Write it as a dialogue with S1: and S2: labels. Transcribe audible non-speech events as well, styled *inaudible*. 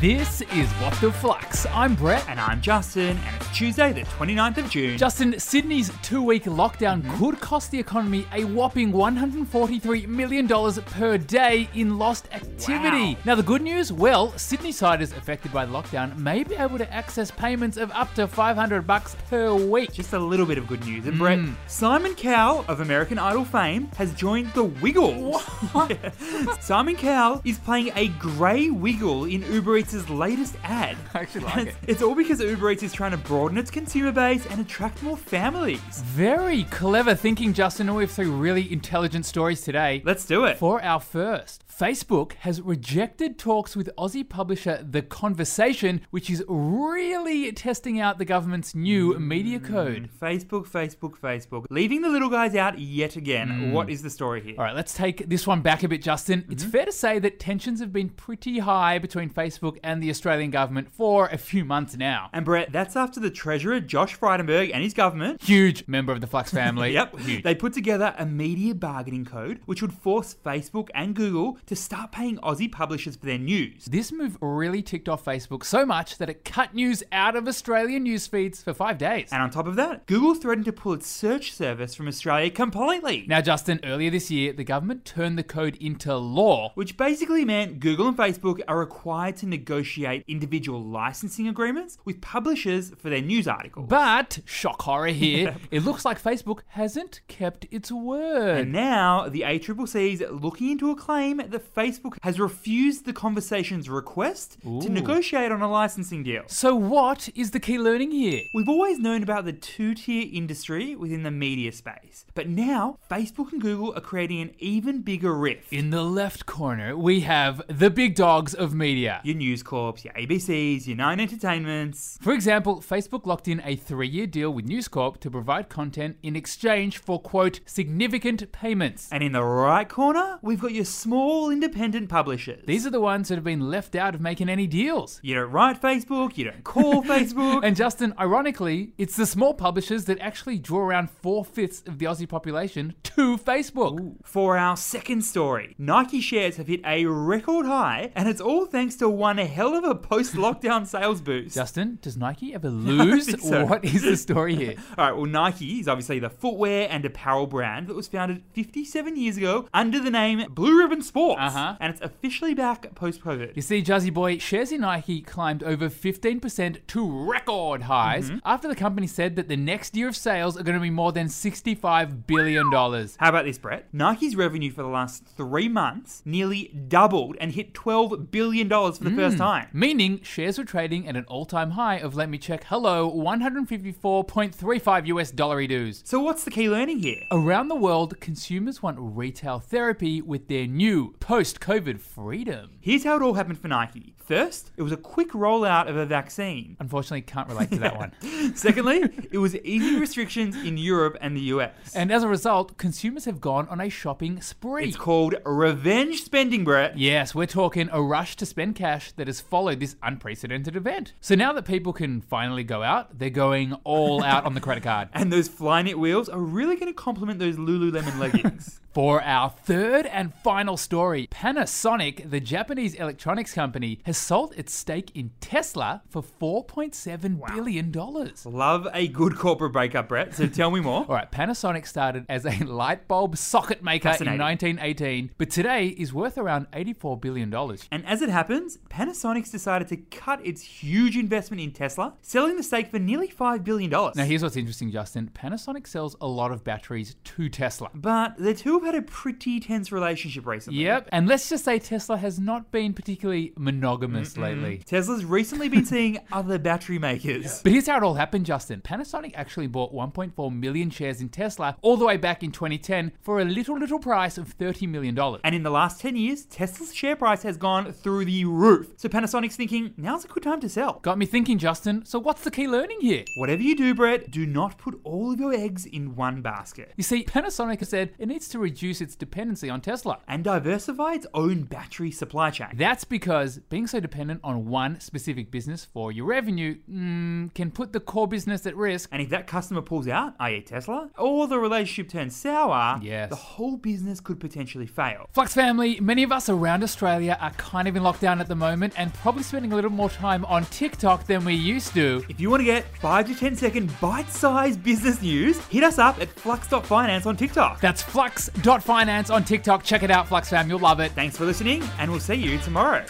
S1: This is What the Flux. I'm Brett.
S2: And I'm Justin, and it's Tuesday, the 29th of June.
S1: Justin, Sydney's two week lockdown could cost the economy a whopping $143 million per day in lost activity.
S2: Wow.
S1: Now, the good news well, Sydneysiders affected by the lockdown may be able to access payments of up to 500 bucks per week.
S2: Just a little bit of good news. And Brett, Simon Cowell of American Idol fame has joined the Wiggles. *laughs* Yeah. Simon Cowell is playing a grey Wiggle in Uber Eats' latest ad.
S1: *laughs* I actually like
S2: And it's, it's all because Uber Eats is trying to broaden its consumer base and attract more families.
S1: Mm. Very clever thinking, Justin. We have three really intelligent stories today.
S2: Let's do it.
S1: For our first, Facebook has rejected talks with Aussie publisher The Conversation, which is really testing out the government's new media code.
S2: Facebook, Facebook, Facebook. Leaving the little guys out yet again. What is the story here?
S1: All right, let's take this one back a bit, Justin. It's
S2: Mm-hmm.
S1: fair to say that tensions have been pretty high between Facebook and the Australian government for a few months now.
S2: And Brett, that's after the Treasurer, Josh Frydenberg, and his government
S1: Huge member of the Flux family.
S2: *laughs* Yep.
S1: Huge.
S2: They put together a media bargaining code which would force Facebook and Google to start paying Aussie publishers for their news.
S1: This move really ticked off Facebook so much that it cut news out of Australian news feeds for five days.
S2: And on top of that, Google threatened to pull its search service from Australia completely.
S1: Now, Justin, earlier this year, the government turned the code into law.
S2: which basically meant Google and Facebook are required to negotiate individual licensing agreements with publishers for their news articles.
S1: But, shock horror
S2: *laughs*
S1: here, it looks like Facebook hasn't kept its word.
S2: and now the ACCC is looking into a claim that Facebook has refused the conversation's request
S1: Ooh.
S2: to negotiate on a licensing deal.
S1: So, what is the key learning here?
S2: We've always known about the two tier industry within the media space, but now Facebook and Google are creating an even bigger rift.
S1: In the left corner, we have the big dogs of media.
S2: your News Corps, your ABCs, your Nine Entertainments.
S1: For example, Facebook locked in a three year deal with News Corp to provide content in exchange for, quote, significant payments.
S2: And in the right corner, we've got your small independent publishers.
S1: These are the ones that have been left out of making any deals.
S2: you don't write Facebook, you
S1: *laughs*
S2: don't call Facebook.
S1: And Justin, ironically, it's the small publishers that actually draw around four fifths of the Aussie population to Facebook.
S2: For our second story, Nike shares have hit a record high, and it's all thanks to one hell of a post lockdown sales boost.
S1: Justin, does Nike
S2: *laughs*
S1: ever lose?
S2: think so.
S1: What is the story
S2: *laughs*
S1: here?
S2: All right, well, Nike is obviously the footwear and apparel brand that was founded 57 years ago under the name Blue Ribbon Sports.
S1: Uh-huh.
S2: And it's officially back post
S1: You
S2: COVID.
S1: see, Jazzy Boy, shares in Nike climbed over 15% to record highs
S2: Mm-hmm.
S1: after the company said that the next year of sales are going to be more than $65 billion.
S2: How about this, Brett? Nike's revenue for the last three months nearly doubled and hit $12 billion for the
S1: Mm.
S2: first time.
S1: Meaning shares were trading at an all time high of, let me check, hello, 154.35 US dollary dues.
S2: So, what's the key learning here?
S1: Around the world, consumers want retail therapy with their new post COVID freedom.
S2: Here's how it all happened for Nike. First, it was a quick rollout of a vaccine.
S1: Unfortunately, can't relate to *laughs* that
S2: *laughs*
S1: one. *laughs*
S2: Secondly, it was easing restrictions in Europe and the US.
S1: And as a result, consumers have gone on a shopping spree.
S2: it's called revenge spending, Brett.
S1: Yes, we're talking a rush to spend cash that has followed this unprecedented event. So now that people can finally go out, they're going
S2: *laughs*
S1: all out on the credit card.
S2: And those Flyknit wheels are really going to complement those
S1: *laughs*
S2: Lululemon leggings.
S1: For our third and final story, Panasonic, the Japanese electronics company, has sold its stake in Tesla for $4.7 billion dollars.
S2: Love a good corporate breakup, Brett. So tell me more.
S1: All right, Panasonic started as a light bulb socket maker in
S2: Fascinating.
S1: 1918, but today is worth around $84 billion.
S2: And as it happens, Panasonic's decided to cut its huge investment in Tesla, selling the stake for nearly $5 billion.
S1: Now, here's what's interesting, Justin. Panasonic sells a lot of batteries to Tesla.
S2: but the two have had a pretty tense relationship recently.
S1: Yep, and let's just say Tesla has not been particularly monogamous lately.
S2: Tesla's recently been seeing *laughs* other battery makers.
S1: But here's how it all happened, Justin. Panasonic actually bought 1.4 million shares in Tesla all the way back in 2010 for a little, little price of $30 million.
S2: And in the last 10 years, Tesla's share price has gone through the roof. So Panasonic's thinking, now's a good time to sell.
S1: Got me thinking, Justin. So, what's the key learning here?
S2: Whatever you do, Brett, do not put all of your eggs in one basket.
S1: You see, Panasonic has said it needs to reduce reduce its dependency on Tesla.
S2: and diversify its own battery supply chain.
S1: That's because being so dependent on one specific business for your revenue mm, can put the core business at risk.
S2: And if that customer pulls out, i.e., Tesla, or the relationship turns sour,
S1: Yes.
S2: the whole business could potentially fail.
S1: Flux family, many of us around Australia are kind of in lockdown at the moment and probably spending a little more time on TikTok than we used to.
S2: If you want to get 5 to 10 second bite sized business news, hit us up at flux.finance on TikTok.
S1: That's flux.finance on TikTok. Check it out, Flux fam. You'll love it.
S2: Thanks for listening, and we'll see you tomorrow.